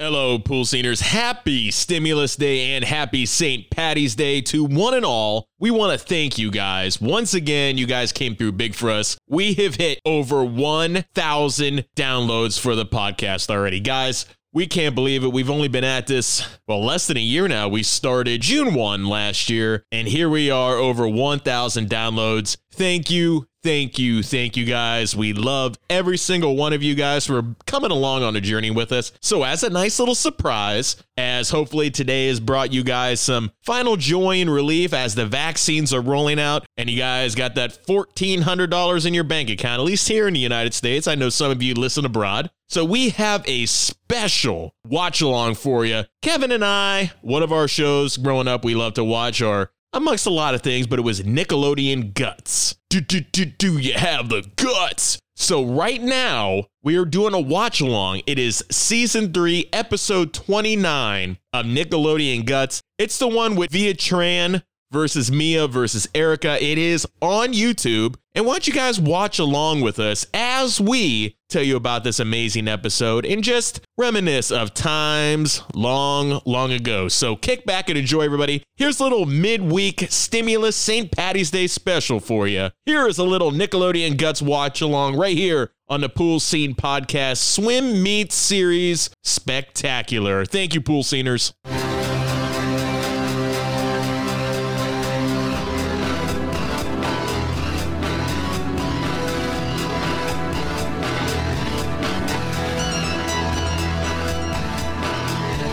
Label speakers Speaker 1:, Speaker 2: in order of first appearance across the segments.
Speaker 1: Hello, pool sceners. Happy Stimulus Day and happy St. Patty's Day to one and all. We want to thank you guys. Once again, you guys came through big for us. We have hit over 1,000 downloads for the podcast already. Guys, we can't believe it. We've only been at this, well, less than a year now. We started June 1 last year, and here we are over 1,000 downloads. Thank you. Thank you. Thank you guys. We love every single one of you guys who are coming along on a journey with us. So, as a nice little surprise, as hopefully today has brought you guys some final joy and relief as the vaccines are rolling out and you guys got that $1,400 in your bank account, at least here in the United States. I know some of you listen abroad. So, we have a special watch along for you. Kevin and I, one of our shows growing up, we love to watch our amongst a lot of things, but it was Nickelodeon Guts. Do, do, do, do you have the guts? So, right now, we are doing a watch along. It is season three, episode 29 of Nickelodeon Guts. It's the one with Via Tran versus Mia versus Erica. It is on YouTube. And why don't you guys watch along with us as we tell you about this amazing episode and just reminisce of times long, long ago. So kick back and enjoy, everybody. Here's a little midweek stimulus St. Patty's Day special for you. Here is a little Nickelodeon Guts watch along right here on the Pool Scene Podcast Swim Meet Series Spectacular. Thank you, Pool Sceners.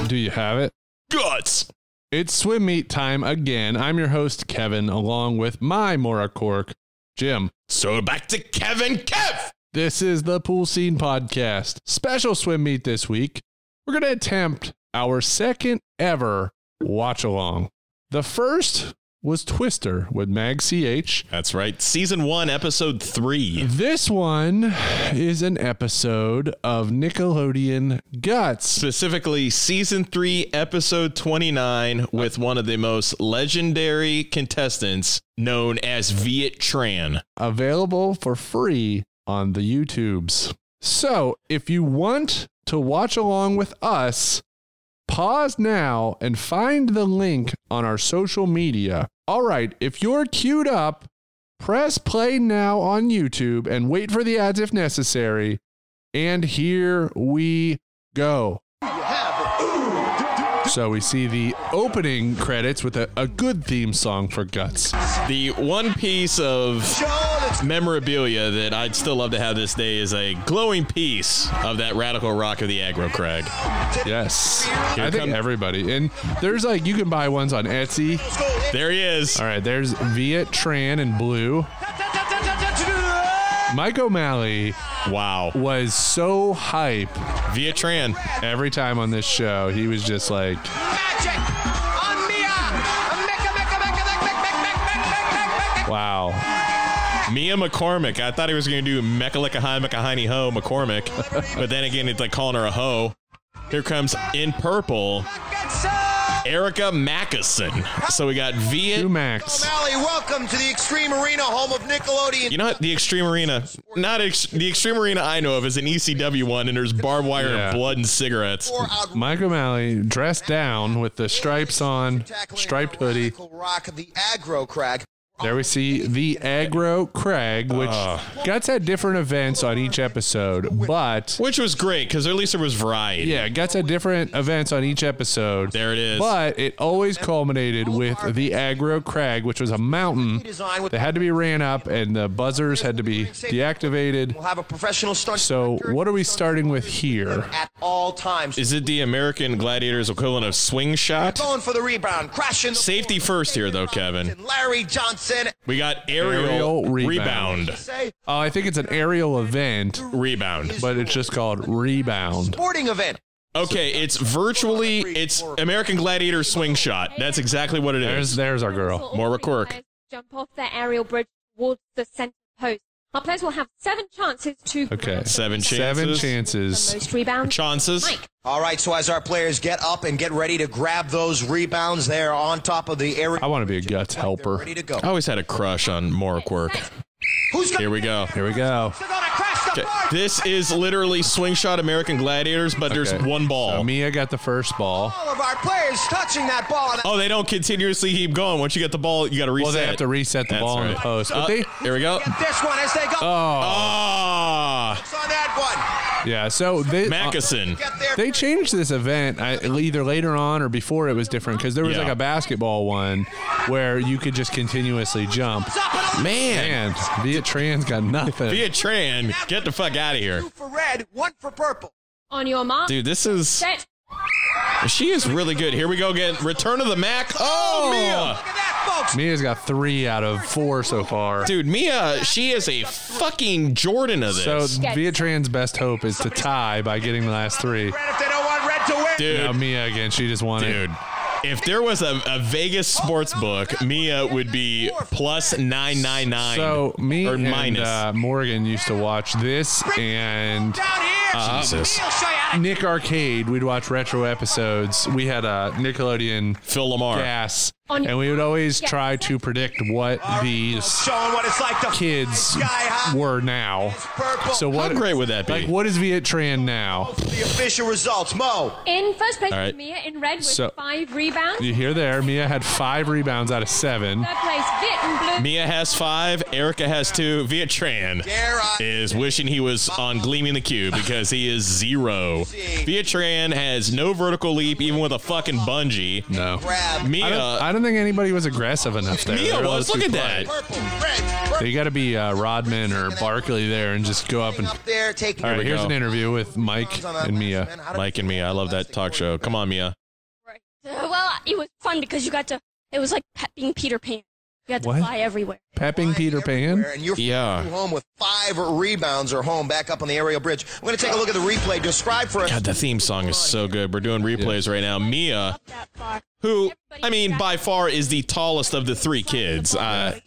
Speaker 2: Do you have it?
Speaker 1: Guts!
Speaker 2: It's swim meet time again. I'm your host, Kevin, along with my Mora Cork, Jim.
Speaker 1: So back to Kevin Kev!
Speaker 2: This is the Pool Scene Podcast. Special swim meet this week. We're going to attempt our second ever watch along. The first was Twister with Mag CH.
Speaker 1: That's right. Season one, episode three.
Speaker 2: This one is an episode of Nickelodeon Guts.
Speaker 1: Specifically, season three, episode 29, with one of the most legendary contestants known as Viet Tran.
Speaker 2: available for free on the YouTubes. So if you want to watch along with us, pause now and find the link on our social media. All right, if you're queued up, press play now on YouTube and wait for the ads if necessary. And here we go. So we see the opening credits with a, a good theme song for Guts.
Speaker 1: The one piece of memorabilia that I'd still love to have this day is a glowing piece of that radical rock of the aggro crag.
Speaker 2: Yes.
Speaker 1: Here
Speaker 2: I think
Speaker 1: come-
Speaker 2: everybody. And there's like, you can buy ones on Etsy.
Speaker 1: There he is.
Speaker 2: All right, there's Viet Tran in blue. Mike O'Malley
Speaker 1: Wow.
Speaker 2: was so hype
Speaker 1: Viet Tran.
Speaker 2: every time on this show. He was just like, wow.
Speaker 1: Mia McCormick. I thought he was going to do Mechalika High Mechaliny Ho McCormick, but then again, it's like calling her a hoe. Here comes in purple Erica Mackison. So we got
Speaker 2: Two
Speaker 1: Viet.
Speaker 2: Max.
Speaker 3: O'Malley, welcome to the Extreme Arena, home of Nickelodeon.
Speaker 1: You know what? The Extreme Arena, not ex- the Extreme Arena I know of is an ECW one, and there's barbed wire
Speaker 2: Yeah.
Speaker 1: and blood and cigarettes.
Speaker 3: Four outrageous
Speaker 2: Mike O'Malley dressed down with the stripes on,
Speaker 3: tackling
Speaker 2: striped
Speaker 3: the
Speaker 2: hoodie.
Speaker 3: radical Rock of the aggro crag.
Speaker 2: There we see the aggro crag, which Guts had different events on each episode, but
Speaker 1: Which was great because at least there was variety.
Speaker 2: Yeah, Guts had different events on each episode.
Speaker 1: There it is.
Speaker 2: But it always culminated with the aggro crag, which was a mountain
Speaker 3: Design with
Speaker 2: that had to be ran up and the buzzers had to be deactivated.
Speaker 3: will have a professional stunt.
Speaker 2: So,
Speaker 3: director
Speaker 2: what are we starting with here?
Speaker 3: at all times?
Speaker 1: Is it the American Gladiators equivalent of swing shot?
Speaker 3: going for the rebound, crashing. The
Speaker 1: Safety first here, though, Kevin.
Speaker 3: Larry Johnson.
Speaker 1: We got aerial,
Speaker 2: Aerial rebound.
Speaker 1: rebound.
Speaker 3: Say
Speaker 2: Oh, I think it's an aerial event,
Speaker 1: Rebound.
Speaker 2: but it's just called Rebound.
Speaker 3: sporting event.
Speaker 1: Okay, it's virtually it's American Gladiator swing shot. That's exactly what it
Speaker 2: There's
Speaker 1: is.
Speaker 2: there's our girl.
Speaker 1: Maura Quirk.
Speaker 4: Jump off their aerial bridge towards the center post. Our players will have seven chances to.
Speaker 2: Okay.
Speaker 1: Seven
Speaker 2: Seven
Speaker 1: chances.
Speaker 4: The
Speaker 2: chances.
Speaker 4: most rebounds.
Speaker 1: Chances.
Speaker 4: Mike.
Speaker 3: All right, so as our players get up and get ready to grab those rebounds, they are on top of the area.
Speaker 2: I want to be a Guts
Speaker 3: They're
Speaker 2: helper.
Speaker 3: ready to go.
Speaker 1: I always had a crush on Maura Quirk.
Speaker 3: Who's going
Speaker 1: Here we go.
Speaker 2: Here we go.
Speaker 3: to crash the
Speaker 1: Okay. This is literally Swing Shot American Gladiators, but there's
Speaker 2: Okay.
Speaker 1: one ball.
Speaker 2: So Mia got the first ball.
Speaker 3: All of our players touching that ball. And
Speaker 1: oh, they don't continuously keep going. Once you get the ball, you got to reset.
Speaker 2: Well, they have to reset the
Speaker 1: That's
Speaker 2: ball in the
Speaker 1: right.
Speaker 2: post. But
Speaker 1: Uh,
Speaker 2: they,
Speaker 1: here we go.
Speaker 3: get this one as they go.
Speaker 2: oh,
Speaker 1: Ah,
Speaker 3: It's on that one.
Speaker 2: yeah. So they, uh,
Speaker 1: Mackeson.
Speaker 3: Get there.
Speaker 2: they changed this event I, either later on or before it was different because there was
Speaker 1: Yeah.
Speaker 2: like a basketball one where you could just continuously jump.
Speaker 3: It's up and over.
Speaker 1: Man,
Speaker 2: Man, Viet Tran's got nothing.
Speaker 1: be a Tran. Get the fuck out of here,
Speaker 3: Two for red, one for purple.
Speaker 4: On your mark,
Speaker 1: dude. This is
Speaker 4: set,
Speaker 1: she is really good. Here we go again. Return of the Mac. Oh, Mia.
Speaker 3: Look at that, folks.
Speaker 2: Mia's got three out of four so far.
Speaker 1: Dude, Mia, she is a fucking Jordan of this.
Speaker 2: So Viet Tran's best hope is to tie by getting the last three.
Speaker 3: Red if they don't want red to win.
Speaker 1: dude,
Speaker 2: Now Mia again, she just won it.
Speaker 1: dude. If there was a, a Vegas sports book, Mia would be plus nine nine nine.
Speaker 2: So me
Speaker 1: or
Speaker 2: and
Speaker 1: minus.
Speaker 2: uh, Morgan used to watch this and
Speaker 3: Down here.
Speaker 1: Jesus.
Speaker 3: He'll show you how to
Speaker 2: Nick Arcade. We'd watch retro episodes. We had a Nickelodeon
Speaker 1: Phil Lamar.
Speaker 2: gas,
Speaker 4: On-
Speaker 2: and we would always try to predict what these
Speaker 3: show 'em what it's like to
Speaker 2: kids
Speaker 3: fly sky high.
Speaker 2: were now.
Speaker 3: It's purple.
Speaker 2: So
Speaker 1: How
Speaker 2: what?
Speaker 1: great would that be?
Speaker 2: Like what is Viet Tran now?
Speaker 3: the official results. Mo.
Speaker 4: in first place,
Speaker 1: All right.
Speaker 4: Mia in red with
Speaker 2: So-
Speaker 4: five rebounds.
Speaker 2: You hear there? Mia had five rebounds out of seven.
Speaker 4: Third place, Vit in blue.
Speaker 1: Mia has five. Erica has two. Via Tran
Speaker 3: Dare I-
Speaker 1: is wishing he was on Gleaming the Cube because he is zero. Via Tran has no vertical leap, even with a fucking bungee.
Speaker 2: No,
Speaker 3: Grab.
Speaker 2: I don't, I
Speaker 1: Mia,
Speaker 2: don't think anybody was aggressive enough there. They
Speaker 1: Mia
Speaker 2: were
Speaker 1: was.
Speaker 2: all
Speaker 1: Look
Speaker 2: too
Speaker 1: at that.
Speaker 2: polite.
Speaker 3: Purple. Red. Purple.
Speaker 2: So you got to be uh, Rodman or Barkley there and just go up and.
Speaker 3: Up there, taking
Speaker 2: All right,
Speaker 1: we
Speaker 2: here's
Speaker 1: go.
Speaker 2: an interview with Mike and Mia.
Speaker 1: Mike and Mia. I love that talk show. Come on, Mia.
Speaker 5: Right. Uh, well, it was fun because you got to. It was like pe- being Peter Pan. You got to
Speaker 2: What?
Speaker 5: fly everywhere.
Speaker 2: Pepping Peter Pan.
Speaker 3: And you're
Speaker 1: Yeah.
Speaker 3: home with five rebounds or home back up on the aerial bridge. We're going to take a look at the replay. Describe for us.
Speaker 1: God, the theme song is so good. We're doing replays right now. Mia,
Speaker 5: Up that far.
Speaker 1: who, I mean, by far is the tallest of the three kids. Uh,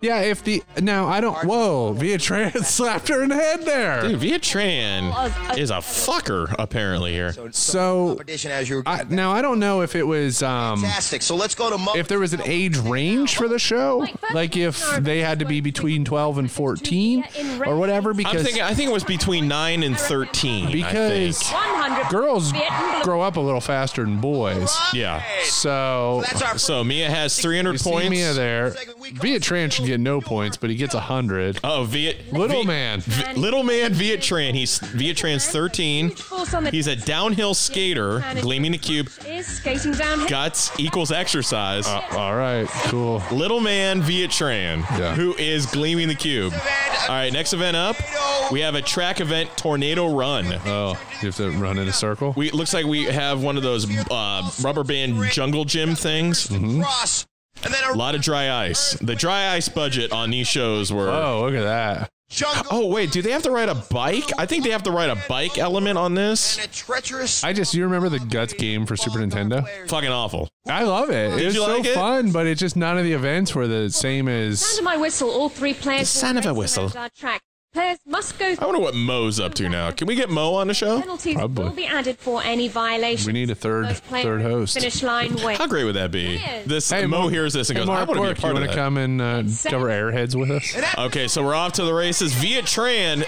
Speaker 2: Yeah, if the now I don't. Whoa, Via Trans slapped her in the head there.
Speaker 1: dude, Via Tran is a fucker, apparently, here.
Speaker 2: So
Speaker 3: Competition as you
Speaker 2: I, now I don't know if it was um
Speaker 3: fantastic. So let's go to Mo.
Speaker 2: if there was an age range for the show, like if they had to be between twelve and fourteen or whatever,
Speaker 1: I'm
Speaker 2: because
Speaker 1: thinking, I think it was between 9 and 13. I
Speaker 2: because
Speaker 1: think.
Speaker 4: 100.
Speaker 2: girls
Speaker 4: Vit in blue.
Speaker 2: grow up a little faster than boys.
Speaker 1: Yeah.
Speaker 2: So
Speaker 3: That's our
Speaker 1: So Mia has 300
Speaker 2: you
Speaker 1: points.
Speaker 2: see Mia there. Via Trans should get no points, but he gets hundred.
Speaker 1: Oh, Viet
Speaker 2: Little
Speaker 1: Vi-
Speaker 2: man.
Speaker 1: Vi- little man Viet Tran. He's Viet Tran's 13.
Speaker 4: Huge force on the-
Speaker 1: He's a downhill skater, gleaming the cube.
Speaker 4: Is skating downhill.
Speaker 1: Guts equals exercise.
Speaker 2: All right, cool.
Speaker 1: Little man Viet Tran,
Speaker 2: Yeah.
Speaker 1: who is gleaming the cube. All right, next event up, uh, we have a track event, tornado run.
Speaker 2: Oh, you have to run in a circle.
Speaker 1: We looks like we have one of those uh, rubber band jungle gym things. A
Speaker 3: cross. And then a
Speaker 1: lot of dry ice. The dry ice budget on these shows were.
Speaker 2: Oh, look at that.
Speaker 3: jungle
Speaker 1: Oh wait, do they have to ride a bike? I think they have to ride a bike element on this.
Speaker 3: and a treacherous.
Speaker 2: I just you remember the guts game for Super Nintendo?
Speaker 1: Fucking awful.
Speaker 2: I love it. It was
Speaker 1: you
Speaker 2: so
Speaker 1: like it?
Speaker 2: fun, but it's just none of the events were the same
Speaker 4: Sound
Speaker 2: as
Speaker 4: of my whistle, all three players.
Speaker 1: The sound of a
Speaker 4: will race
Speaker 1: whistle.
Speaker 4: around Our track. Players must go
Speaker 1: I wonder what Mo's up to now. Can we get Mo on the
Speaker 2: Oh,
Speaker 1: show?
Speaker 4: Penalties
Speaker 2: Probably.
Speaker 4: will be added for any violation.
Speaker 2: we need a third
Speaker 4: Those players
Speaker 2: third host.
Speaker 4: Finish line win.
Speaker 1: How great would that be? This Mo, hears this and
Speaker 2: hey,
Speaker 1: goes,
Speaker 2: Mark
Speaker 1: "I want to be a
Speaker 2: Bork,
Speaker 1: part of
Speaker 2: you wanna
Speaker 1: that."
Speaker 2: come and uh, cover Airheads with us?
Speaker 1: Okay, so we're off to the races. Via Tran,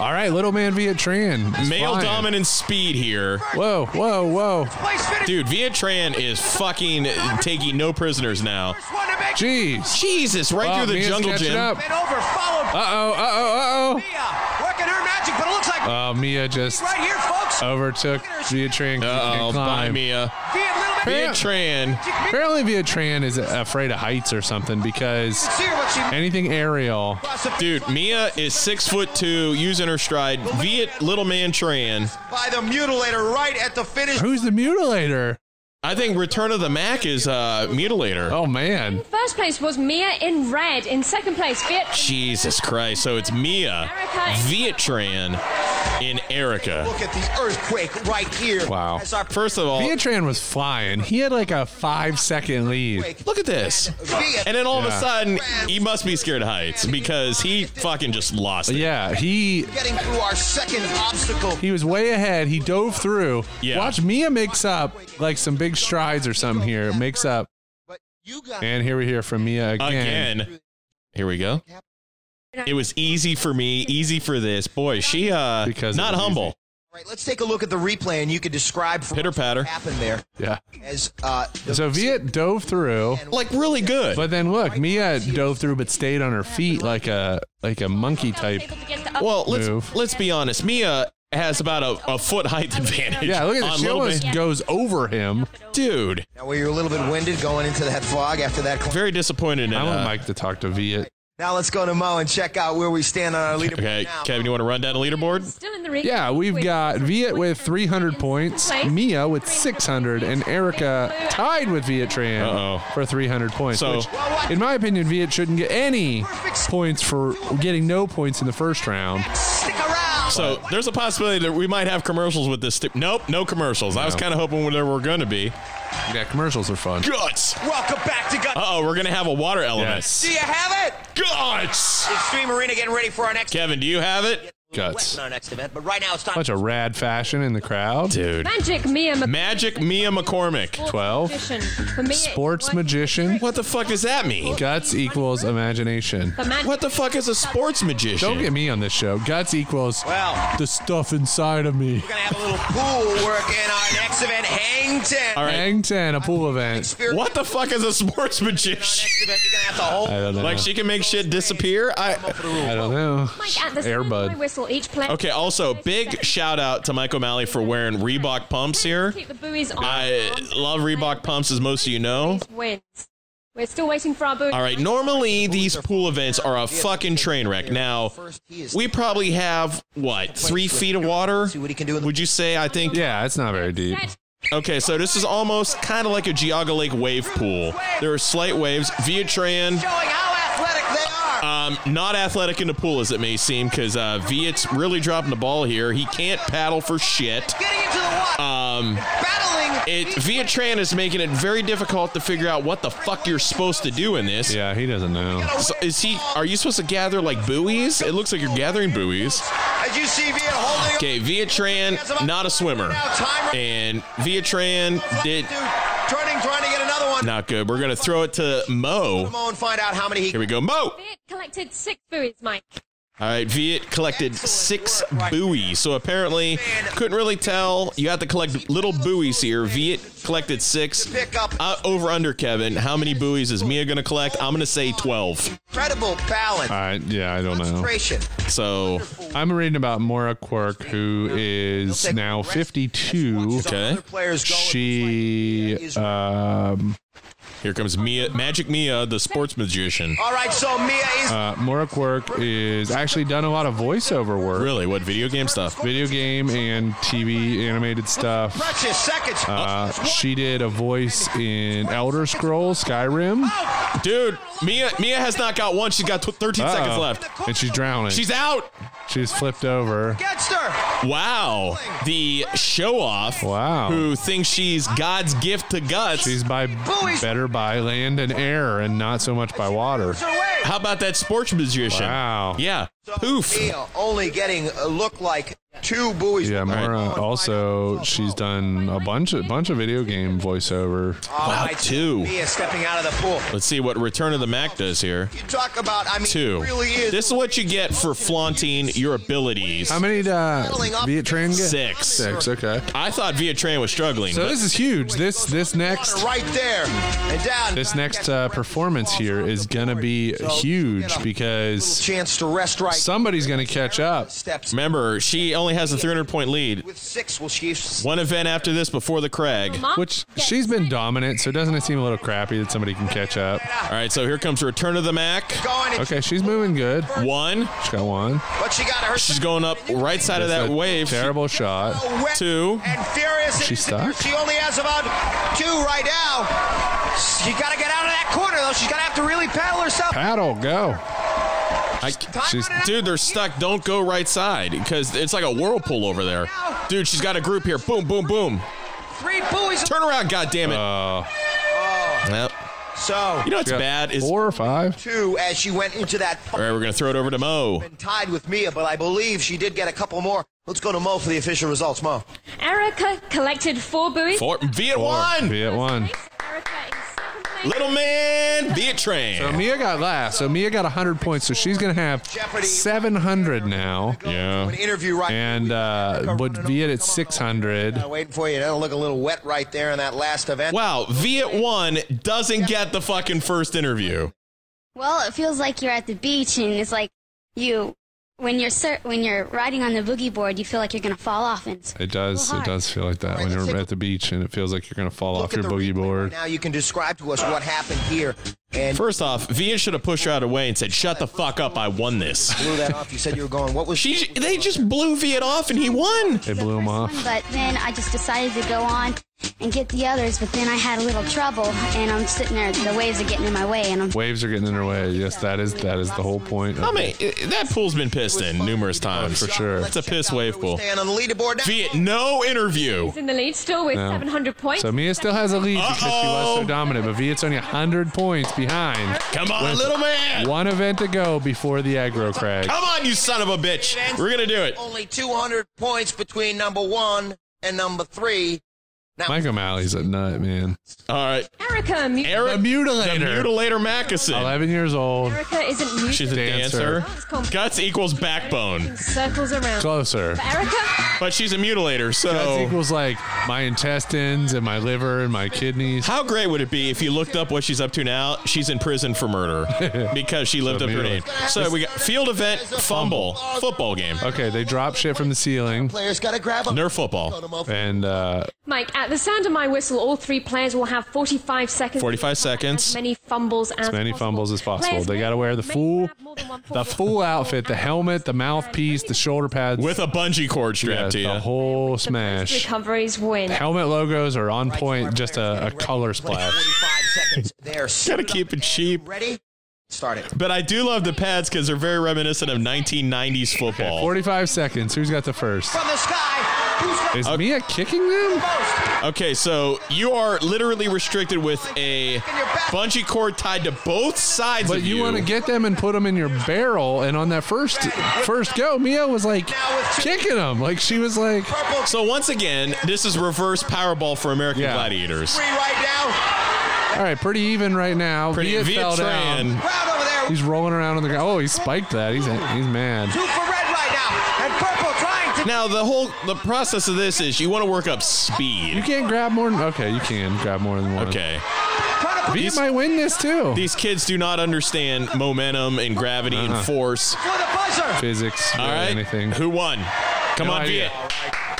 Speaker 2: All right, little man Viet Tran. is
Speaker 1: male
Speaker 2: flying.
Speaker 1: dominant speed here.
Speaker 2: Whoa, whoa, whoa.
Speaker 3: Place finish.
Speaker 1: Dude, Via Tran is fucking taking no prisoners now.
Speaker 3: One to make.
Speaker 2: Jeez.
Speaker 1: Jesus, right
Speaker 2: Oh,
Speaker 1: through the
Speaker 2: Mia's
Speaker 1: jungle
Speaker 2: catching
Speaker 1: gym.
Speaker 2: up.
Speaker 3: And over, followed
Speaker 2: Uh oh, uh oh,
Speaker 3: Mia. Working her magic, but it looks like
Speaker 2: uh oh. Uh, Mia just
Speaker 3: right here, folks.
Speaker 2: overtook Viet Tran.
Speaker 1: Uh-oh,
Speaker 2: and
Speaker 1: bye
Speaker 2: climbed.
Speaker 1: Mia.
Speaker 3: Being a little bit.
Speaker 1: Via Tran.
Speaker 2: Apparently, Viet Tran is afraid of heights or something because
Speaker 3: See her what she
Speaker 2: anything aerial.
Speaker 1: Dude, Mia is six foot two, using her stride. Viet little man Tran.
Speaker 3: by the mutilator right at the finish.
Speaker 2: Who's the mutilator?
Speaker 1: I think Return of the Mac is uh, Mutilator.
Speaker 2: Oh man.
Speaker 4: First place was Mia in red. In second place, Vit.
Speaker 1: Jesus Christ. So it's Mia, Vietran, and Erica.
Speaker 3: Look at the earthquake right here.
Speaker 2: Wow.
Speaker 3: As our
Speaker 1: First of all,
Speaker 2: Vietran was flying. He had like a five second lead.
Speaker 1: look at this.
Speaker 3: Via-
Speaker 1: And then all of a
Speaker 2: Yeah.
Speaker 1: sudden, he must be scared of heights because he fucking just lost it.
Speaker 2: Yeah, he
Speaker 3: getting through our second obstacle.
Speaker 2: he was way ahead. He dove through.
Speaker 1: Yeah.
Speaker 2: Watch Mia makes up like some big strides or something here. Makes up.
Speaker 3: But you got
Speaker 2: And here we hear from Mia again.
Speaker 1: Again. Here we go. It was easy for me, easy for this. Boy, she uh
Speaker 2: Because it
Speaker 1: not
Speaker 2: was
Speaker 1: humble.
Speaker 3: All right, let's take a look at the replay, and you can describe for
Speaker 1: Pitter
Speaker 3: us what
Speaker 1: patter.
Speaker 3: happened there.
Speaker 2: Yeah.
Speaker 3: As uh, the-
Speaker 2: So Viet dove through,
Speaker 1: Like really good.
Speaker 2: but then look, Mia dove through but stayed on her feet like a like a monkey type.
Speaker 1: well, let's
Speaker 2: Move.
Speaker 1: let's be honest. Mia has about a, a foot height advantage.
Speaker 2: Yeah, look at
Speaker 1: on
Speaker 2: this. She
Speaker 1: Little
Speaker 2: almost
Speaker 1: Big-
Speaker 2: goes over him.
Speaker 1: Dude,
Speaker 3: now we were a little bit winded going into that fog after that. cl-
Speaker 1: very disappointed in
Speaker 2: I
Speaker 1: uh,
Speaker 2: want Mike to talk to Viet.
Speaker 3: Now let's go to Mo and check out where we stand on our leaderboard
Speaker 1: uh, Okay,
Speaker 3: now.
Speaker 1: Kevin, you want to run down the leaderboard?
Speaker 4: Still in the ring.
Speaker 2: Yeah, we've got Viet with 300 points, Mia with 600, and Erica tied with Viet Tran
Speaker 1: Uh-oh.
Speaker 2: for 300 points.
Speaker 1: So-
Speaker 2: which, in my opinion, Viet shouldn't get any points for getting no points in the first round.
Speaker 3: Stick around.
Speaker 1: So there's a possibility that we might have commercials with this. Sti- nope, no commercials. I was kind of hoping there were going to be
Speaker 2: Yeah, commercials are fun.
Speaker 1: guts. Uh
Speaker 3: Welcome back to Gut.
Speaker 1: oh, we're going to have a water element.
Speaker 3: Do you have it?
Speaker 1: Guts.
Speaker 3: Extreme Arena getting ready for our next
Speaker 1: Kevin, do you have it?
Speaker 2: Guts.
Speaker 3: our next event, but right now it's time.
Speaker 2: Bunch of rad fashion in the crowd.
Speaker 1: Dude.
Speaker 4: Magic Mia Mc-
Speaker 1: Magic Mia McCormick.
Speaker 2: 12.
Speaker 4: magician. For me, it's
Speaker 2: Sports
Speaker 4: one-
Speaker 2: magician.
Speaker 1: What the fuck does that mean?
Speaker 2: Guts equals imagination.
Speaker 4: The magic
Speaker 1: What the fuck is a sports magician?
Speaker 2: Don't get me on this show. Guts equals
Speaker 3: Well,
Speaker 2: the stuff inside of me.
Speaker 3: we're gonna have a little pool work in our next event, Hang Ten.
Speaker 1: All right.
Speaker 2: Hang 10, a pool event.
Speaker 3: Spirit-
Speaker 1: What the fuck is a sports
Speaker 3: Our next
Speaker 1: magician?
Speaker 3: event, you're gonna have to hold.
Speaker 2: I don't know.
Speaker 1: Like she can make shit disappear. I
Speaker 2: I don't know.
Speaker 4: mic at the sound of my
Speaker 2: Airbud.
Speaker 4: whistle. Each player.
Speaker 1: Okay, also big shout out to Mike O'Malley for wearing Reebok pumps here.
Speaker 4: Keep the buoys on.
Speaker 1: I love Reebok pumps as most of you know.
Speaker 4: Wins. We're still waiting for our buoys.
Speaker 1: All right, normally these pool events are a fucking train wreck. Now, we probably have what, 3 feet of water?
Speaker 3: See what he can do. in the-
Speaker 1: Would you say I think
Speaker 2: Yeah, it's not very deep.
Speaker 4: Set.
Speaker 1: Okay, so this is almost kind of like a Geauga Lake wave pool. There are slight waves. Viatran,
Speaker 3: Showing how athletic they are.
Speaker 1: um, not athletic in the pool as it may seem, because uh, Viet's really dropping the ball here. He can't paddle for shit.
Speaker 3: Getting into the water.
Speaker 1: Um,
Speaker 3: battling.
Speaker 1: it Viatran is making it very difficult to figure out what the fuck you're supposed to do in this.
Speaker 2: Yeah, he doesn't know.
Speaker 1: So is he? Are you supposed to gather like buoys? It looks like you're gathering buoys.
Speaker 3: As you see, Viet holding.
Speaker 1: Okay, Viatran, not a swimmer, and Viatran did
Speaker 3: Dude, turning, trying to get another one.
Speaker 1: not good. We're gonna throw it to Mo.
Speaker 3: Mo and find out how many he
Speaker 1: Here we go, Mo.
Speaker 4: Viet collected six buoys, Mike.
Speaker 1: All right, Viet collected
Speaker 3: Excellent
Speaker 1: six
Speaker 3: work, right
Speaker 1: buoys. So apparently, couldn't really tell. You have to collect little buoys here. Viet collected six.
Speaker 3: pick up.
Speaker 1: Uh, over under, Kevin. How many buoys is Mia going to collect? I'm going to say 12.
Speaker 3: Incredible balance.
Speaker 2: All right, yeah, I don't know.
Speaker 3: Concentration.
Speaker 1: So,
Speaker 2: I'm reading about Mora Quirk, who is now 52.
Speaker 1: Okay.
Speaker 3: Other Players going.
Speaker 2: She, um,
Speaker 1: here comes Mia, Magic Mia, the sports magician.
Speaker 3: All right, so Mia is
Speaker 2: uh, Mora Quirk is actually done a lot of voiceover work,
Speaker 1: Really? What video game stuff?
Speaker 2: video game and TV animated stuff.
Speaker 3: precious seconds.
Speaker 2: Uh, she did a voice in Elder Scrolls Skyrim.
Speaker 1: Dude, Mia Mia has not got one. She's got tw- 13 Oh, seconds
Speaker 2: Uh-oh.
Speaker 1: left.
Speaker 2: Uh, And she's drowning.
Speaker 1: She's out.
Speaker 2: she's flipped over.
Speaker 3: Gets her.
Speaker 1: Wow. The show off
Speaker 2: Wow.
Speaker 1: who thinks she's God's gift to guts.
Speaker 2: She's by better by land and air and not so much by water.
Speaker 3: Her way.
Speaker 1: How about that sports magician?
Speaker 2: Wow.
Speaker 1: Yeah. Poof.
Speaker 3: Mia only getting a look like two buoys.
Speaker 2: Yeah, Mara also she's done a bunch of bunch of video game voiceover.
Speaker 3: All
Speaker 1: Wow,
Speaker 3: right,
Speaker 1: two.
Speaker 3: Mia stepping out of the pool.
Speaker 1: Let's see what Return of the Mac does here.
Speaker 3: You talk about, I mean,
Speaker 1: Two.
Speaker 3: it really is.
Speaker 1: This is what you get for flaunting your abilities.
Speaker 2: How many did uh, Vietran get?
Speaker 1: Six.
Speaker 2: Six. Okay.
Speaker 1: I thought Viatran was struggling.
Speaker 2: So
Speaker 1: but
Speaker 2: this is huge. This this next
Speaker 3: right there and down.
Speaker 2: this next uh, performance here is gonna be huge because
Speaker 3: chance to rest right.
Speaker 2: somebody's gonna catch up.
Speaker 3: steps
Speaker 1: remember, she only has a 300 point lead.
Speaker 3: with six. Will she?
Speaker 1: One event after this before the Craig. All
Speaker 4: Mark
Speaker 2: Which
Speaker 4: gets
Speaker 2: she's been
Speaker 4: six.
Speaker 2: dominant, so doesn't it seem a little crappy that somebody can catch up?
Speaker 1: right, so here comes Return of the Mac.
Speaker 3: Going and-
Speaker 2: Okay, she's moving good.
Speaker 1: One.
Speaker 2: She got one.
Speaker 3: but she got her.
Speaker 1: She's going up right side of
Speaker 2: That's
Speaker 1: that
Speaker 2: a
Speaker 1: wave.
Speaker 2: Terrible shot.
Speaker 3: wet
Speaker 1: Two.
Speaker 3: and furious.
Speaker 2: She's stuck?
Speaker 3: She only has about two right now. She got to get out of that corner though. She's gonna have to really paddle herself.
Speaker 2: Paddle, go.
Speaker 1: I-
Speaker 2: She's-
Speaker 1: dude, they're stuck. Don't go right side because it's like a whirlpool over there. Dude, she's got a group here. Boom, boom, boom.
Speaker 3: Three buoys.
Speaker 1: Turn around, goddammit. Oh.
Speaker 2: Uh,
Speaker 1: Yep.
Speaker 3: So
Speaker 1: You know what's
Speaker 2: got
Speaker 1: bad is.
Speaker 2: four or five.
Speaker 3: two as she went into that.
Speaker 1: All right, we're going to throw it over to Mo.
Speaker 3: And tied with Mia, but I believe she did get a couple more. Let's go to Mo for the official results. Mo.
Speaker 4: Erica collected four buoys.
Speaker 1: Four. Viet
Speaker 2: Four.
Speaker 1: one.
Speaker 2: Viet one.
Speaker 4: Erica in second place.
Speaker 1: Little man, be a train.
Speaker 2: So Mia got last. So Mia got 100 points. So she's going to have 700 now.
Speaker 1: yeah.
Speaker 3: An interview right
Speaker 2: Oh. And uh, would Viet at 600.
Speaker 3: Uh, waiting for you. That'll look a little wet right there in that last event.
Speaker 1: Wow, Viet One doesn't get the fucking first interview.
Speaker 5: Well, it feels like you're at the beach, and it's like you, when you're ser- when you're riding on the boogie board, you feel like you're gonna fall off, and it's-
Speaker 2: It does. It does feel like that when you're at the beach and it feels like you're going to fall
Speaker 3: Look
Speaker 2: off
Speaker 3: at
Speaker 2: your
Speaker 3: the replay
Speaker 2: boogie
Speaker 3: right
Speaker 2: board.
Speaker 3: now you can describe to us what happened here. And
Speaker 1: First off, Viet should have pushed her out of the way and said, "Shut the fuck up, I won this."
Speaker 3: blew that off. You said you were going. What was
Speaker 1: She, they just blew Viet off and he won.
Speaker 2: They blew him off.
Speaker 5: But then I just decided to go on and get the others, but then I had a little trouble, and I'm sitting there. The waves are getting in my way, and I'm
Speaker 2: Waves are getting in her way. Yes, that is that is the whole point.
Speaker 1: I
Speaker 2: Of
Speaker 1: mean, i- that pool's been pissed in numerous times
Speaker 2: for sure.
Speaker 1: It's a piss wave
Speaker 3: we
Speaker 1: pool.
Speaker 3: stand on the leaderboard now?
Speaker 1: Viet, no interview.
Speaker 4: He's in the lead still with 700 points.
Speaker 2: So Mia still has a lead because she was
Speaker 1: Uh-oh.
Speaker 2: so dominant, but Viet's only 100 points behind.
Speaker 1: Come on, little man.
Speaker 2: One event to go before the aggro crag.
Speaker 1: Come on, you son of a bitch. We're gonna do it.
Speaker 3: Only 200 points between number one and number three.
Speaker 2: Mike O'Malley's a nut, man.
Speaker 1: All right,
Speaker 4: Erica, mu-
Speaker 1: Eric
Speaker 2: The mutilator.
Speaker 1: the mutilator Mackeson.
Speaker 2: 11 years old.
Speaker 4: Erica isn't music.
Speaker 1: She's a
Speaker 2: Dancer.
Speaker 1: dancer.
Speaker 4: Dance comp-
Speaker 1: Guts equals backbone,
Speaker 4: circles around.
Speaker 2: Closer.
Speaker 4: Erica,
Speaker 1: but she's a mutilator.
Speaker 2: That
Speaker 1: So,
Speaker 2: equals like my intestines and my liver and my kidneys.
Speaker 1: how great would it be if you looked up what she's up to now? She's in prison for murder because she lived up to her name. So we got field event, fumble, football game,
Speaker 2: Okay, they drop shit from the ceiling.
Speaker 3: Players got to grab a
Speaker 1: Nerf football.
Speaker 2: And uh,
Speaker 4: Mike, at the sound of my whistle, all three players will have 45 seconds.
Speaker 1: 45
Speaker 4: to have
Speaker 1: seconds.
Speaker 4: As many fumbles as,
Speaker 2: many
Speaker 4: possible.
Speaker 2: fumbles as possible.
Speaker 4: Players
Speaker 2: They
Speaker 4: will
Speaker 2: gotta wear the
Speaker 4: make
Speaker 2: full-
Speaker 4: grab more than one
Speaker 2: the
Speaker 4: fumble.
Speaker 2: full outfit, the helmet, the mouthpiece, the shoulder pads.
Speaker 1: with a bungee cord strapped
Speaker 2: yes, the
Speaker 1: to you.
Speaker 2: whole
Speaker 4: The most
Speaker 2: smash.
Speaker 4: Recoveries win.
Speaker 2: Helmet logos are on point, just a, a color splash.
Speaker 3: 45 seconds there.
Speaker 1: Gotta keep it cheap.
Speaker 3: Ready? Start it.
Speaker 1: But I do love the pads because they're very reminiscent of 1990s football.
Speaker 2: 45 seconds. Who's got the first?
Speaker 3: From the sky. Who's got
Speaker 1: Uh,
Speaker 2: Is Mia kicking them?
Speaker 1: Okay, so you are literally restricted with a bungee cord tied to both sides
Speaker 2: But
Speaker 1: of
Speaker 2: you
Speaker 1: you.
Speaker 2: want to get them and put them in your barrel. And on that first first go, Mia was like kicking them. Like she was like,
Speaker 3: purple
Speaker 1: so once again, this is reverse Powerball for American
Speaker 2: Yeah.
Speaker 1: Gladiators.
Speaker 3: three right now?
Speaker 2: all right, pretty even right now.
Speaker 1: Pretty
Speaker 2: Mia
Speaker 1: Viet
Speaker 2: fell down.
Speaker 1: Tran.
Speaker 3: Crowd over there.
Speaker 2: He's rolling around on the ground. Oh, he spiked that. He's he's mad.
Speaker 3: Two for red right now. And purple trying to.
Speaker 1: Now the whole the process of this is you want to work up
Speaker 2: You
Speaker 1: speed.
Speaker 2: can't grab more. Than, okay, you can grab more than one.
Speaker 1: Okay.
Speaker 3: trying to
Speaker 2: Mia might win this too.
Speaker 1: These kids do not understand momentum and gravity and force.
Speaker 3: for the buzzer.
Speaker 2: Physics,
Speaker 1: All
Speaker 2: Uh-huh. really
Speaker 1: right.
Speaker 2: anything.
Speaker 1: Who won? Come
Speaker 2: No
Speaker 1: on,
Speaker 2: idea.
Speaker 1: Viet.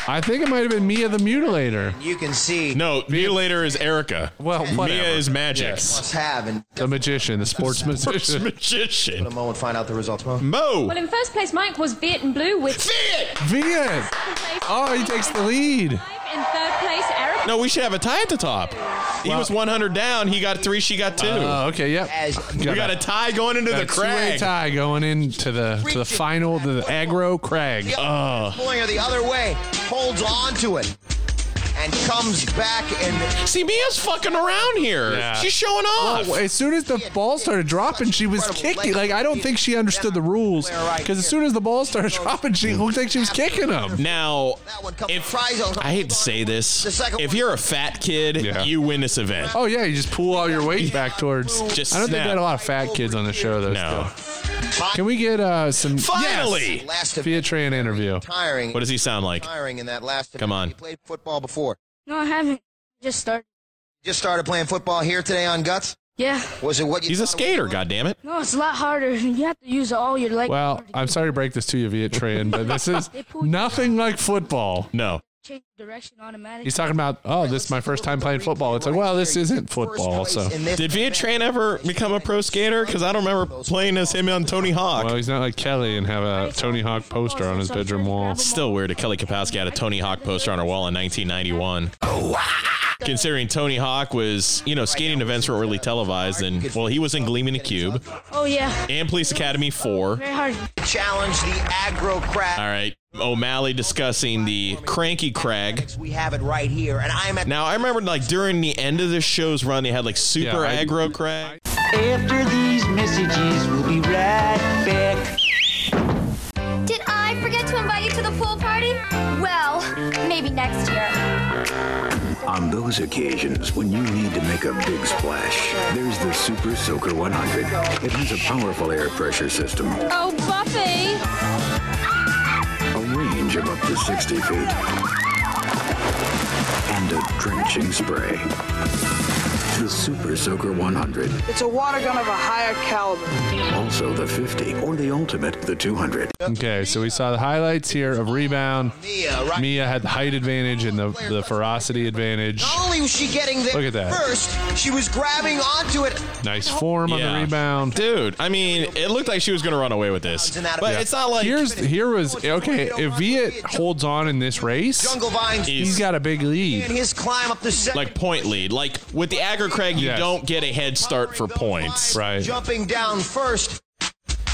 Speaker 2: I think it might have been Mia the Mutilator.
Speaker 3: You can see
Speaker 1: No, Mutilator is Erica.
Speaker 2: Well, whatever.
Speaker 1: Mia is magic.
Speaker 2: Yes.
Speaker 3: must have and
Speaker 2: The magician, the sports magician.
Speaker 1: Magician.
Speaker 3: a moment find out the results. Mo.
Speaker 1: Mo.
Speaker 4: Well, in first place, Mike was Viet and Blue with
Speaker 2: Viet. Oh, he takes the lead.
Speaker 4: five. In third place, Erica.
Speaker 1: No, we should have a tie at the top. He was 100 down. He got three. She got two.
Speaker 2: Oh, okay, yep.
Speaker 3: As
Speaker 1: we got a tie going into the
Speaker 2: a two-way
Speaker 1: crag.
Speaker 2: tie going into the to the final to the aggro crag.
Speaker 3: Moyer the other way holds on to it and comes back and
Speaker 1: See, Mia's fucking around here.
Speaker 2: Yeah.
Speaker 1: She's showing off.
Speaker 2: Oh, as soon as the ball started dropping, she was kicking. Like I don't think she understood the rules because as soon as the ball started dropping, she looked like she was kicking them.
Speaker 1: now,
Speaker 3: that one comes.
Speaker 1: if
Speaker 3: tries on-
Speaker 1: I hate to say this,
Speaker 3: The second
Speaker 1: if
Speaker 3: one.
Speaker 1: you're a fat kid,
Speaker 2: Yeah.
Speaker 1: you win this event.
Speaker 2: Oh yeah, you just pull all your weight back towards.
Speaker 1: Just
Speaker 2: I don't
Speaker 1: snap.
Speaker 2: think we had a lot of fat kids on the show though.
Speaker 1: No.
Speaker 2: still. Can we get uh, some
Speaker 1: Finally!
Speaker 2: Yes!
Speaker 3: last of
Speaker 2: Via Tran interview?
Speaker 3: tiring,
Speaker 1: What does he sound like?
Speaker 3: tiring in that last.
Speaker 1: Come on.
Speaker 3: You played football before.
Speaker 5: no, I haven't. Just started.
Speaker 3: Just started playing football here today on guts.
Speaker 5: Yeah,
Speaker 3: Was it what you?
Speaker 1: He's a
Speaker 3: thought
Speaker 1: skater, goddammit.
Speaker 5: no, it's a lot harder. You have to use all your legs.
Speaker 2: Well, I'm sorry to break this to you, Via Tran, but this is nothing like football.
Speaker 1: No.
Speaker 5: change direction automatically.
Speaker 2: He's talking about, oh, this is my first time playing football. It's like, well, this isn't football. So,
Speaker 3: in this
Speaker 1: Did Viet Tran ever become a pro skater? Because I don't remember playing as him on Tony Hawk.
Speaker 2: well, he's not like Kelly and have a Tony Hawk poster on his bedroom wall.
Speaker 1: Still weird that Kelly Kapowski had a Tony Hawk poster on her wall in 1991. Considering Tony Hawk was, you know, skating events weren't really televised, and well, he was in Gleaming the Cube
Speaker 5: oh yeah,
Speaker 1: and Police Academy 4.
Speaker 5: very hard.
Speaker 3: challenge the aggro crab.
Speaker 1: All right, O'Malley discussing the cranky crag.
Speaker 3: We have it right here, and I'm at
Speaker 1: Now I remember like during the end of the show's run, they had like super
Speaker 2: Yeah, I-
Speaker 1: aggro crag.
Speaker 6: After these messages, we'll be right back.
Speaker 7: Did I forget to invite you to the pool party? Well, maybe next year.
Speaker 8: On the those occasions when you need to make a big splash, there's the Super Soaker 100. It has a powerful air pressure system,
Speaker 7: Oh, Buffy!
Speaker 8: a range of up to 60 feet, and a drenching spray. The Super Soaker 100.
Speaker 9: It's a water gun of a higher caliber.
Speaker 8: Also the 50 or the ultimate, the 200.
Speaker 2: Okay, so we saw the highlights here of rebound.
Speaker 3: Mia, right?
Speaker 2: Mia had the height advantage and the, the ferocity advantage.
Speaker 3: Not only was she getting there
Speaker 2: Look at that.
Speaker 3: first, she was grabbing onto it.
Speaker 2: Nice form on
Speaker 1: Yeah.
Speaker 2: the rebound.
Speaker 1: Dude, I mean, it looked like she was going to run away with this. But it's not like
Speaker 2: Here's here was okay. If Viet holds on in this race,
Speaker 3: Jungle Vines
Speaker 2: he's got a big
Speaker 3: and
Speaker 2: lead.
Speaker 3: his climb up the second.
Speaker 1: like point lead. Like with the Aggro Craig, you
Speaker 2: Yes.
Speaker 1: don't get a head start for points.
Speaker 2: Right.
Speaker 3: Jumping down first.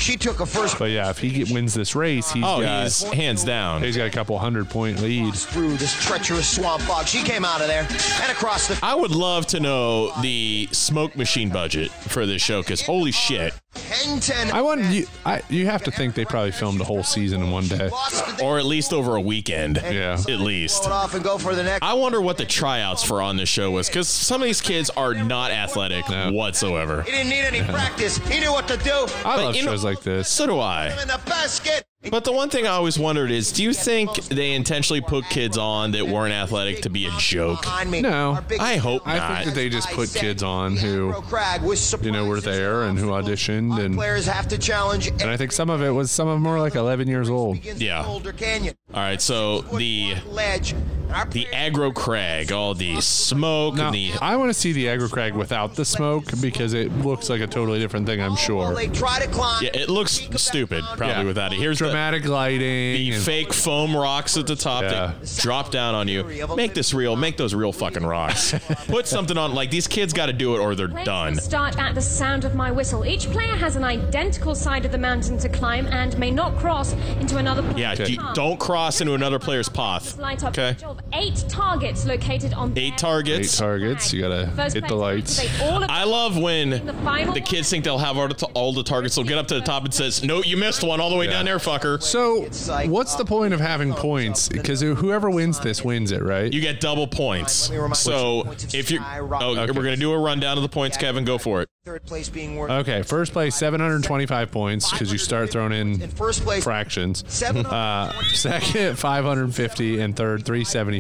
Speaker 3: She took a first
Speaker 2: But yeah, if he get, wins this race, he's
Speaker 1: Oh,
Speaker 2: got
Speaker 1: he's hands down.
Speaker 2: he's got a couple hundred point lead.
Speaker 3: through this treacherous swamp fog. She came out of there and across the
Speaker 1: I would love to know the smoke machine budget for this show because holy shit.
Speaker 3: 10 10.
Speaker 2: I want you. I you have to think they probably filmed a whole season in one day.
Speaker 3: Lost the
Speaker 1: Or at least over a weekend.
Speaker 2: Yeah.
Speaker 1: At least.
Speaker 3: blow it off and go for the next.
Speaker 1: I wonder what the tryouts for on this show was because some of these kids are not athletic whatsoever.
Speaker 3: He didn't need any practice. He knew what to do.
Speaker 2: I love
Speaker 1: you know-
Speaker 2: shows like this.
Speaker 1: So do I.
Speaker 3: In the basket.
Speaker 1: But the one thing I always wondered is do you think they intentionally put kids on that weren't athletic to be a joke?
Speaker 3: Behind me.
Speaker 2: No.
Speaker 3: Our big-
Speaker 1: I hope
Speaker 2: I think
Speaker 1: not.
Speaker 2: that they just put kids on
Speaker 3: Bro
Speaker 2: who,
Speaker 3: Crag was
Speaker 2: you know, were
Speaker 3: surprised as
Speaker 2: there and who auditioned, and and
Speaker 3: Players have to challenge.
Speaker 2: I think some of it was some of them were like 11 years old.
Speaker 1: Yeah.
Speaker 3: Boulder Canyon.
Speaker 1: All right, so the
Speaker 3: Ledge. And our
Speaker 1: the
Speaker 3: players-
Speaker 1: aggro crag, all the smoke
Speaker 2: Now,
Speaker 1: and the
Speaker 2: I want to see the aggro crag without the smoke because it looks like a totally different thing. I'm sure.
Speaker 3: They try to climb.
Speaker 1: yeah, it looks stupid probably
Speaker 2: Yeah.
Speaker 1: without it. Here's the,
Speaker 2: Dramatic lighting.
Speaker 1: the
Speaker 2: and-
Speaker 1: fake foam rocks at the top that drop down on you. Make this real. Make those real fucking rocks. Put something on. Like these kids got to do it or they're
Speaker 4: Players
Speaker 1: done.
Speaker 4: will Start at the sound of my whistle. Each player has an identical side of the mountain to climb and may not cross into another player's
Speaker 1: Yeah,
Speaker 4: path.
Speaker 1: you don't cross into another player's path.
Speaker 4: Light up
Speaker 1: Okay.
Speaker 4: each of Eight targets located on
Speaker 1: Eight
Speaker 2: Eight
Speaker 1: targets.
Speaker 2: targets. You gotta
Speaker 4: First
Speaker 2: hit the
Speaker 4: player to
Speaker 2: lights.
Speaker 4: activate all of
Speaker 1: I love when
Speaker 4: the final
Speaker 1: the kids think they'll have all the, all the targets. They'll get up to the top and says, "No, you missed one all the way down there, fucker."
Speaker 2: So, what's the point of having points? Because whoever wins this wins it, right?
Speaker 1: You get double points. So if you, oh,
Speaker 2: Okay.
Speaker 1: we're gonna do a rundown of the points, Kevin. Go for it.
Speaker 3: Third place being worth.
Speaker 2: Okay, first place, 725 points because you start throwing
Speaker 3: In
Speaker 2: in
Speaker 3: first place.
Speaker 2: fractions.
Speaker 3: Seven.
Speaker 2: Uh, second, 550, and third, 375.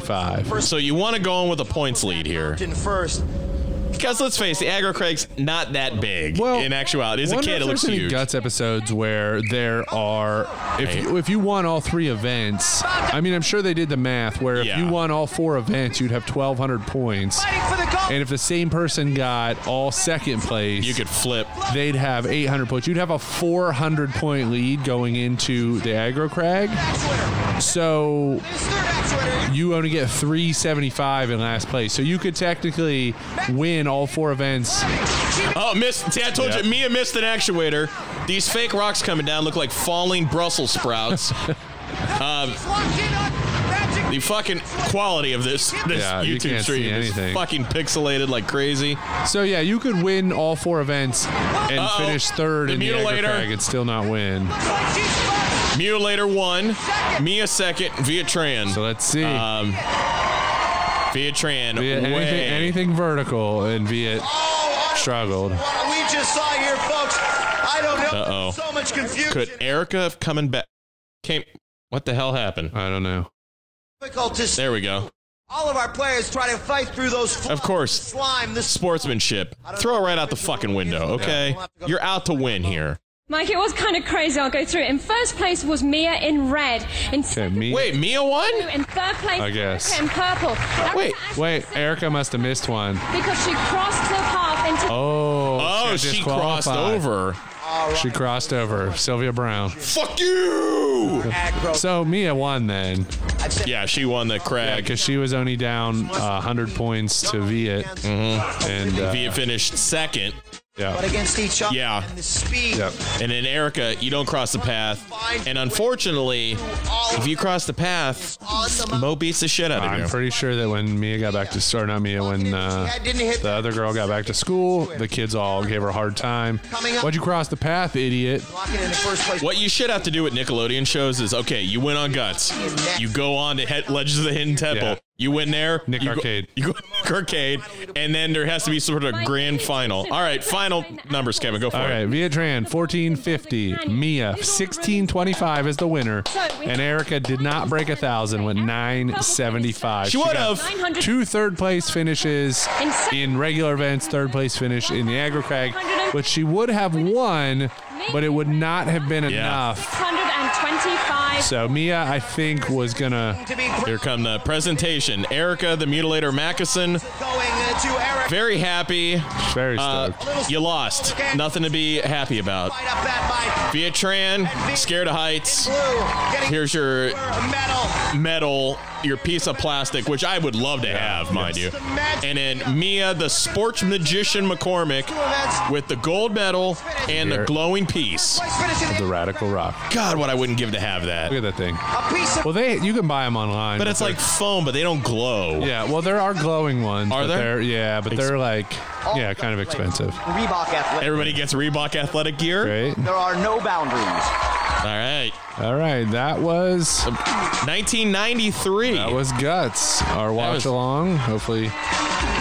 Speaker 1: So you want to go in with a points lead here,
Speaker 3: in first.
Speaker 1: because let's face it, Aggro Craig's not that big.
Speaker 2: Well,
Speaker 1: in actuality, as a
Speaker 2: wonder
Speaker 1: kid,
Speaker 2: if
Speaker 1: it looks
Speaker 2: there's any
Speaker 1: huge.
Speaker 2: Guts episodes where there are, if you, if you won all three events, I mean, I'm sure they did the math where if
Speaker 1: Yeah.
Speaker 2: you won all four events, you'd have 1,200 points,
Speaker 3: Fighting for the goal.
Speaker 2: and if the same person got all second place,
Speaker 1: You could flip.
Speaker 2: they'd have 800 points. You'd have a 400 point lead going into the aggro crag. So
Speaker 3: His third axe winner.
Speaker 2: you only get 375 in last place. So you could technically win all four events.
Speaker 1: Oh, missed. See, I told
Speaker 2: Yep.
Speaker 1: you, Mia missed an actuator. These fake rocks coming down look like falling Brussels sprouts.
Speaker 3: Locking up. Magic.
Speaker 1: the fucking quality of this this
Speaker 2: Yeah, you
Speaker 1: YouTube
Speaker 2: can't
Speaker 1: stream
Speaker 2: see
Speaker 1: is
Speaker 2: anything.
Speaker 1: fucking pixelated like crazy.
Speaker 2: So yeah, you could win all four events and
Speaker 1: Uh-oh.
Speaker 2: finish third
Speaker 1: The
Speaker 2: in the aggro
Speaker 1: mutilator.
Speaker 2: crag and still not win.
Speaker 3: Looks like she's first.
Speaker 1: Mutilator one, Mia second, Via Tran.
Speaker 2: So let's see.
Speaker 1: um, Via Tran
Speaker 2: Via
Speaker 1: way.
Speaker 2: anything, anything vertical and Viet
Speaker 3: Oh, on
Speaker 2: struggled.
Speaker 3: what we just saw here, folks. I don't know.
Speaker 1: Uh-oh.
Speaker 3: So much confusion.
Speaker 1: Could Erica have coming back? Came. What the hell happened?
Speaker 2: I don't know.
Speaker 3: Difficult to see.
Speaker 1: There we go.
Speaker 3: All of our players try to fight through those.
Speaker 1: Of course.
Speaker 3: Slime. This.
Speaker 1: Sportsmanship. Throw it right out the fucking window, okay? You're out to win here.
Speaker 4: Mike, it was kind of crazy. I'll go through it. In first place was Mia in red. In
Speaker 2: Okay,
Speaker 4: second
Speaker 2: me.
Speaker 1: Wait, Mia won?
Speaker 4: blue. In third place,
Speaker 2: I guess.
Speaker 4: Erica in purple. Erica
Speaker 1: Wait,
Speaker 4: actually
Speaker 2: Wait,
Speaker 4: said-
Speaker 2: Erica must have missed one.
Speaker 4: Because she crossed the path into
Speaker 2: Oh,
Speaker 1: Oh,
Speaker 2: got
Speaker 1: she crossed
Speaker 2: disqualified.
Speaker 1: over.
Speaker 2: She crossed over Sylvia Brown.
Speaker 1: Fuck you!
Speaker 3: Aggro.
Speaker 2: So Mia won then
Speaker 3: I've said
Speaker 1: Yeah, she won the crag.
Speaker 2: because she was only down uh, 100 points to Viet.
Speaker 1: mm-hmm.
Speaker 2: And uh,
Speaker 1: Via finished second.
Speaker 3: but
Speaker 2: yeah.
Speaker 3: against each other.
Speaker 1: Yeah.
Speaker 3: And the speed.
Speaker 2: Yep.
Speaker 1: And then Erica, you don't cross the path. And unfortunately, if you cross the path, Mo beats the shit out
Speaker 2: I'm
Speaker 1: of you.
Speaker 2: pretty sure that when Mia got back to or not Mia when uh, the other girl got back to school, the kids all gave her a hard time. Why'd you cross the path, idiot?
Speaker 3: Locking in the first place.
Speaker 1: What you should have to do with Nickelodeon shows is okay, you win on guts, you go on to head Legends of the Hidden Temple,
Speaker 2: Yeah.
Speaker 1: You win there.
Speaker 2: Nick
Speaker 1: you
Speaker 2: Arcade.
Speaker 1: Go, you go Nick Arcade, and then there has to be sort of a grand final. All right, final numbers, Kevin. Go for
Speaker 2: All
Speaker 1: it.
Speaker 2: right, Vietran, 1450. Mia, 1625 is the winner. And Erica did not break a thousand, went 975.
Speaker 1: She would've.
Speaker 2: got Two third place finishes in regular events, third place finish in the aggro crag, which she would have won, but it would not have been enough.
Speaker 4: 625.
Speaker 2: So Mia, I think, was going to.
Speaker 3: To be
Speaker 1: Here come the presentation. Erica, the mutilator Mackison,
Speaker 3: going uh, to Eric.
Speaker 1: very happy.
Speaker 2: Very
Speaker 1: Uh,
Speaker 2: stoked.
Speaker 1: you lost. Nothing to be happy about.
Speaker 3: Light up that bike.
Speaker 1: Vietran, scared of heights.
Speaker 3: Blue getting
Speaker 1: Here's your
Speaker 3: a medal.
Speaker 1: metal, your piece of plastic, which I would love to have, mind you. And then Mia, the sports magician McCormick, with the gold medal and the
Speaker 2: Here.
Speaker 1: glowing piece.
Speaker 3: Let's finish it.
Speaker 2: the Radical Rock.
Speaker 1: God, what I wouldn't give to have that.
Speaker 2: Look at that thing.
Speaker 3: A piece of
Speaker 2: Well, they you can buy them online,
Speaker 1: But it's
Speaker 2: they're-
Speaker 1: like foam, but they don't glow.
Speaker 2: Yeah, well, there are glowing ones.
Speaker 1: Are
Speaker 2: but
Speaker 1: there?
Speaker 2: They're, yeah, but
Speaker 1: Ex-
Speaker 2: they're like, yeah, kind of expensive.
Speaker 3: Reebok athlete.
Speaker 1: Everybody gets Reebok athletic gear.
Speaker 2: Great.
Speaker 3: There are no boundaries.
Speaker 1: All right.
Speaker 2: All right, that was
Speaker 1: 1993.
Speaker 2: that was guts. Our watch
Speaker 1: was-
Speaker 2: along. Hopefully,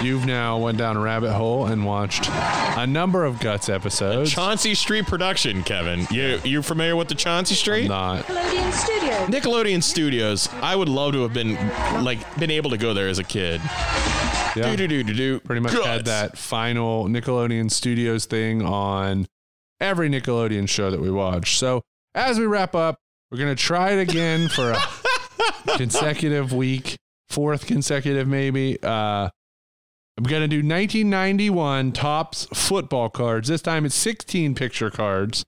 Speaker 2: you've now went down a rabbit hole and watched a number of guts episodes.
Speaker 1: Chauncey Street production, Kevin. You you familiar with the Chauncey Street?
Speaker 2: Not
Speaker 4: Nickelodeon Studios.
Speaker 1: Nickelodeon Studios. I would love to have been like been able to go there as a kid.
Speaker 2: yeah,
Speaker 1: do do do do.
Speaker 2: pretty much had that final Nickelodeon Studios thing on every Nickelodeon show that we watch. So as we wrap up, we're gonna try it again for a consecutive week, fourth consecutive maybe. Uh, I'm gonna do 1991 tops football cards. This time it's 16 picture cards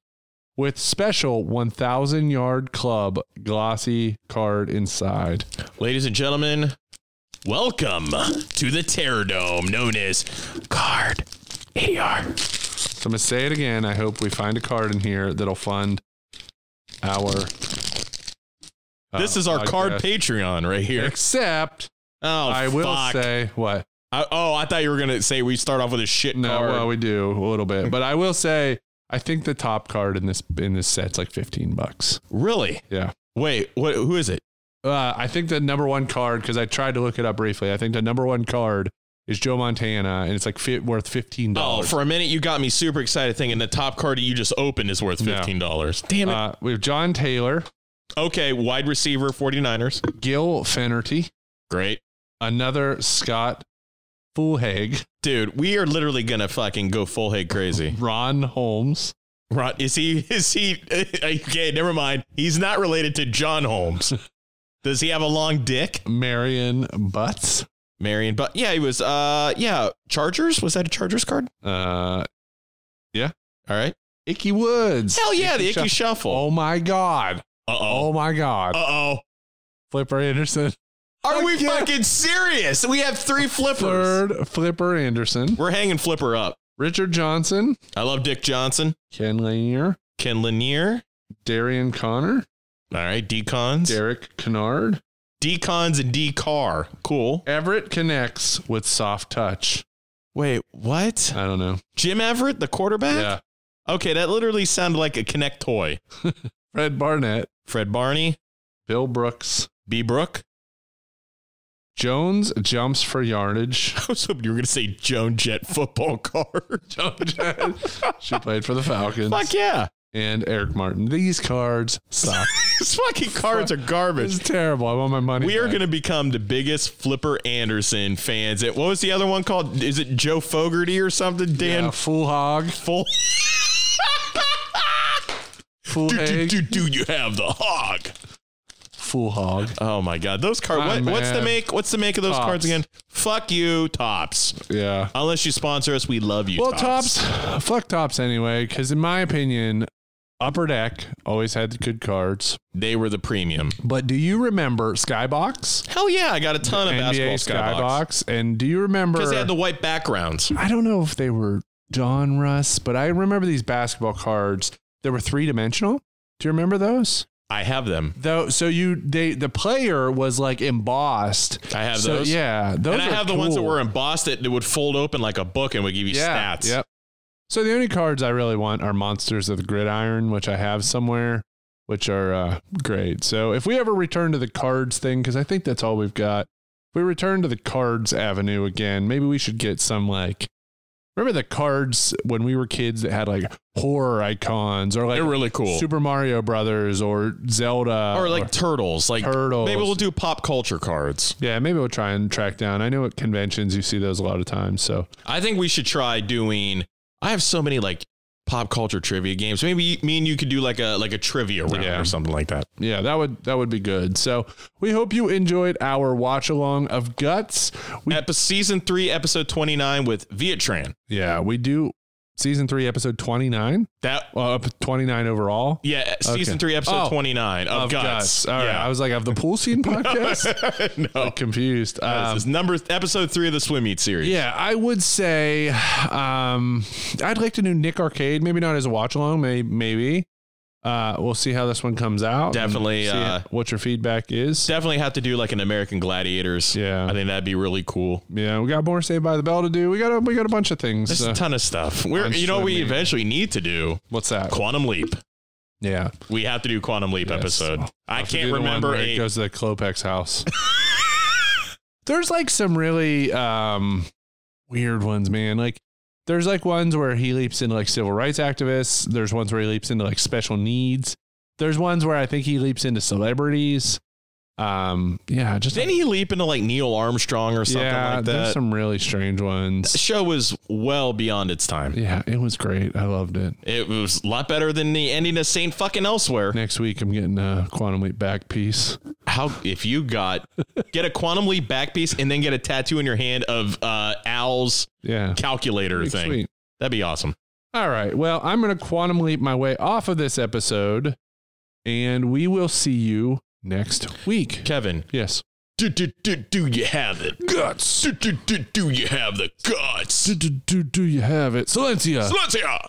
Speaker 2: with special 1,000 yard club glossy card inside.
Speaker 1: Ladies and gentlemen, welcome to the Terror Dome, known as Card AR.
Speaker 2: So I'm gonna say it again. I hope we find a card in here that'll fund our. uh,
Speaker 1: this is our card
Speaker 2: podcast.
Speaker 1: Patreon right here.
Speaker 2: Except
Speaker 1: Oh,
Speaker 2: I will
Speaker 1: fuck.
Speaker 2: say what.
Speaker 1: I- oh, I thought you were gonna say we start off with a shit
Speaker 2: No,
Speaker 1: card.
Speaker 2: well, we do a little bit, but I will say I think the top card in this in this set's like fifteen bucks.
Speaker 1: really?
Speaker 2: Yeah,
Speaker 1: Wait, what? Who is it?
Speaker 2: uh, I think the number one card because I tried to look it up briefly. I think the number one card is Joe Montana, and it's like fit, worth fifteen
Speaker 1: Oh,
Speaker 2: dollars.
Speaker 1: for a minute you got me super excited thinking the top card that you just opened is worth
Speaker 2: No.
Speaker 1: fifteen dollars. Damn it.
Speaker 2: uh, we have John Taylor,
Speaker 1: okay, wide receiver, 49ers.
Speaker 2: Gil Fenerty,
Speaker 1: Great.
Speaker 2: another Scott Fulhag,
Speaker 1: Dude, we are literally gonna fucking go full head crazy.
Speaker 2: Ron Holmes,
Speaker 1: Ron, is he? Is he? Okay, never mind. He's not related to John Holmes. Does he have a long dick,
Speaker 2: Marion Butts.
Speaker 1: Marion? But yeah, he was. Uh, yeah, Chargers. Was that a Chargers card?
Speaker 2: Uh,
Speaker 1: All right.
Speaker 2: Icky Woods.
Speaker 1: Hell yeah, the
Speaker 2: Shuff-
Speaker 1: Icky Shuffle.
Speaker 2: Oh my God.
Speaker 1: Uh
Speaker 2: Oh
Speaker 1: oh.
Speaker 2: my God.
Speaker 1: Uh oh.
Speaker 2: Flipper Anderson.
Speaker 1: Are
Speaker 2: Fuck
Speaker 1: we
Speaker 2: yeah.
Speaker 1: fucking serious? We have three flippers.
Speaker 2: Third, Flipper Anderson.
Speaker 1: We're hanging Flipper up.
Speaker 2: Richard Johnson.
Speaker 1: I love Dick Johnson,
Speaker 2: Ken Lanier.
Speaker 1: Ken Lanier.
Speaker 2: Darian Connor.
Speaker 1: All right, decons,
Speaker 2: Derek Kennard.
Speaker 1: decons, and D Car. Cool.
Speaker 2: Everett connects with soft touch.
Speaker 1: Wait, what?
Speaker 2: I don't know.
Speaker 1: Jim Everett, the quarterback.
Speaker 2: Yeah.
Speaker 1: Okay, that literally sounded like a Connect toy.
Speaker 2: Fred Barnett.
Speaker 1: Fred Barney,
Speaker 2: Bill Brooks.
Speaker 1: B. Brook.
Speaker 2: Jones jumps for yardage.
Speaker 1: I was hoping you were going to say Joan Jett football card.
Speaker 2: she played for the Falcons.
Speaker 1: Fuck yeah.
Speaker 2: And Eric Martin. These cards suck.
Speaker 1: These fucking cards are
Speaker 2: This is
Speaker 1: garbage.
Speaker 2: terrible. I want my money.
Speaker 1: We are
Speaker 2: back.
Speaker 1: going to become the biggest Flipper Anderson fans. It, what was the other one called? Is it Joe Fogarty or something? Dan
Speaker 2: yeah, full hog,
Speaker 1: Full.
Speaker 2: full
Speaker 1: do, do,
Speaker 2: egg,
Speaker 1: do, do you have the hog?
Speaker 2: full hog.
Speaker 1: Oh my God. Those cards.
Speaker 2: I'm
Speaker 1: What, what's the
Speaker 2: mad.
Speaker 1: make? What's the make of those
Speaker 2: Tops.
Speaker 1: cards again? Fuck you, Tops.
Speaker 2: Yeah.
Speaker 1: Unless you sponsor us, we love you.
Speaker 2: Well, tops, fuck tops anyway, because in my opinion, Upper Deck always had the good cards.
Speaker 1: They were the premium.
Speaker 2: But do you remember Skybox?
Speaker 1: Hell yeah. I got a ton of
Speaker 2: NBA
Speaker 1: basketball Skybox.
Speaker 2: Skybox. And do you remember?
Speaker 1: Because they had the white backgrounds.
Speaker 2: I don't know if they were John Russ, but I remember these basketball cards. They were three dimensional. Do you remember those?
Speaker 1: I have them.
Speaker 2: Though, so you they the player was like embossed.
Speaker 1: I have
Speaker 2: so,
Speaker 1: those.
Speaker 2: Yeah, those
Speaker 1: and I
Speaker 2: are
Speaker 1: have the ones that
Speaker 2: cool.
Speaker 1: were embossed that that would fold open like a book and would give you stats.
Speaker 2: Yep. So the only cards I really want are Monsters of the Gridiron, which I have somewhere, which are uh, great. So if we ever return to the cards thing, because I think that's all we've got. If We return to the Cards Avenue again. Maybe we should get some like. Remember the cards when we were kids that had like horror icons or like
Speaker 1: They're really cool.
Speaker 2: Super Mario Brothers or Zelda
Speaker 1: or like turtles, like
Speaker 2: Turtles.
Speaker 1: Maybe we'll do pop culture cards.
Speaker 2: yeah, maybe we'll try and track down. I know at conventions you see those a lot of times. So
Speaker 1: I think we should try doing. I have so many like pop culture trivia games. Maybe me and you could do like a like a trivia round
Speaker 2: Yeah.
Speaker 1: or something like that.
Speaker 2: yeah, that would that would be good. So we hope you enjoyed our watch along of Guts. We
Speaker 1: Epi- season three, episode twenty nine with Vietran.
Speaker 2: yeah, we do season three, episode twenty nine.
Speaker 1: That
Speaker 2: Well, up twenty nine overall.
Speaker 1: yeah, season
Speaker 2: Okay.
Speaker 1: three, episode
Speaker 2: Oh,
Speaker 1: twenty nine of, guts.
Speaker 2: All right,
Speaker 1: yeah. Oh.
Speaker 2: I was like, of the pool scene podcast.
Speaker 1: no,
Speaker 2: I'm confused.
Speaker 1: This
Speaker 2: Um,
Speaker 1: is number episode three of the swim meet series.
Speaker 2: yeah, I would say um, I'd like to do Nick Arcade. Maybe not as a watch along. May, maybe uh, we'll see how this one comes out. and
Speaker 1: Definitely,
Speaker 2: see
Speaker 1: uh,
Speaker 2: what your feedback is.
Speaker 1: definitely have to do like an American Gladiators.
Speaker 2: Yeah.
Speaker 1: I think that'd be really cool.
Speaker 2: yeah, we got more Saved by the Bell to do. We got a, we got a bunch of things.
Speaker 1: There's
Speaker 2: Uh,
Speaker 1: a ton of stuff. We're
Speaker 2: on
Speaker 1: you know what we
Speaker 2: Swim Meet.
Speaker 1: eventually need to do
Speaker 2: what's that?
Speaker 1: Quantum Leap.
Speaker 2: Yeah,
Speaker 1: We have to do Quantum Leap
Speaker 2: Yes.
Speaker 1: episode.
Speaker 2: I'll
Speaker 1: I
Speaker 2: have to
Speaker 1: can't
Speaker 2: do the one
Speaker 1: remember
Speaker 2: where it
Speaker 1: a
Speaker 2: goes to the Klopex house. there's like some really um, weird ones, man. Like there's like ones where he leaps into like civil rights activists. There's ones where he leaps into like special needs. There's ones where I think he leaps into celebrities. Um, yeah, just
Speaker 1: Didn't he leap into like Neil Armstrong or something
Speaker 2: yeah,
Speaker 1: like
Speaker 2: There's
Speaker 1: that?
Speaker 2: some really strange
Speaker 1: the
Speaker 2: ones.
Speaker 1: show was well beyond its time.
Speaker 2: Yeah, it was great. I loved it.
Speaker 1: It was a lot better than the ending of Saint fucking Elsewhere.
Speaker 2: Next week, I'm getting a quantum leap back piece.
Speaker 1: How if you got get a quantum leap back piece and then get a tattoo in your hand of uh, Al's
Speaker 2: Yeah,
Speaker 1: calculator
Speaker 2: Pretty
Speaker 1: thing?
Speaker 2: sweet.
Speaker 1: That'd be awesome.
Speaker 2: All right. Well, I'm going to quantum leap my way off of this episode, and we will see you next week.
Speaker 1: Kevin,
Speaker 2: Yes.
Speaker 1: do, do, do, do you have the guts? Do, do, do, do you have the guts?
Speaker 2: Do, do, do, do you have it? Silencia.
Speaker 1: Silencio!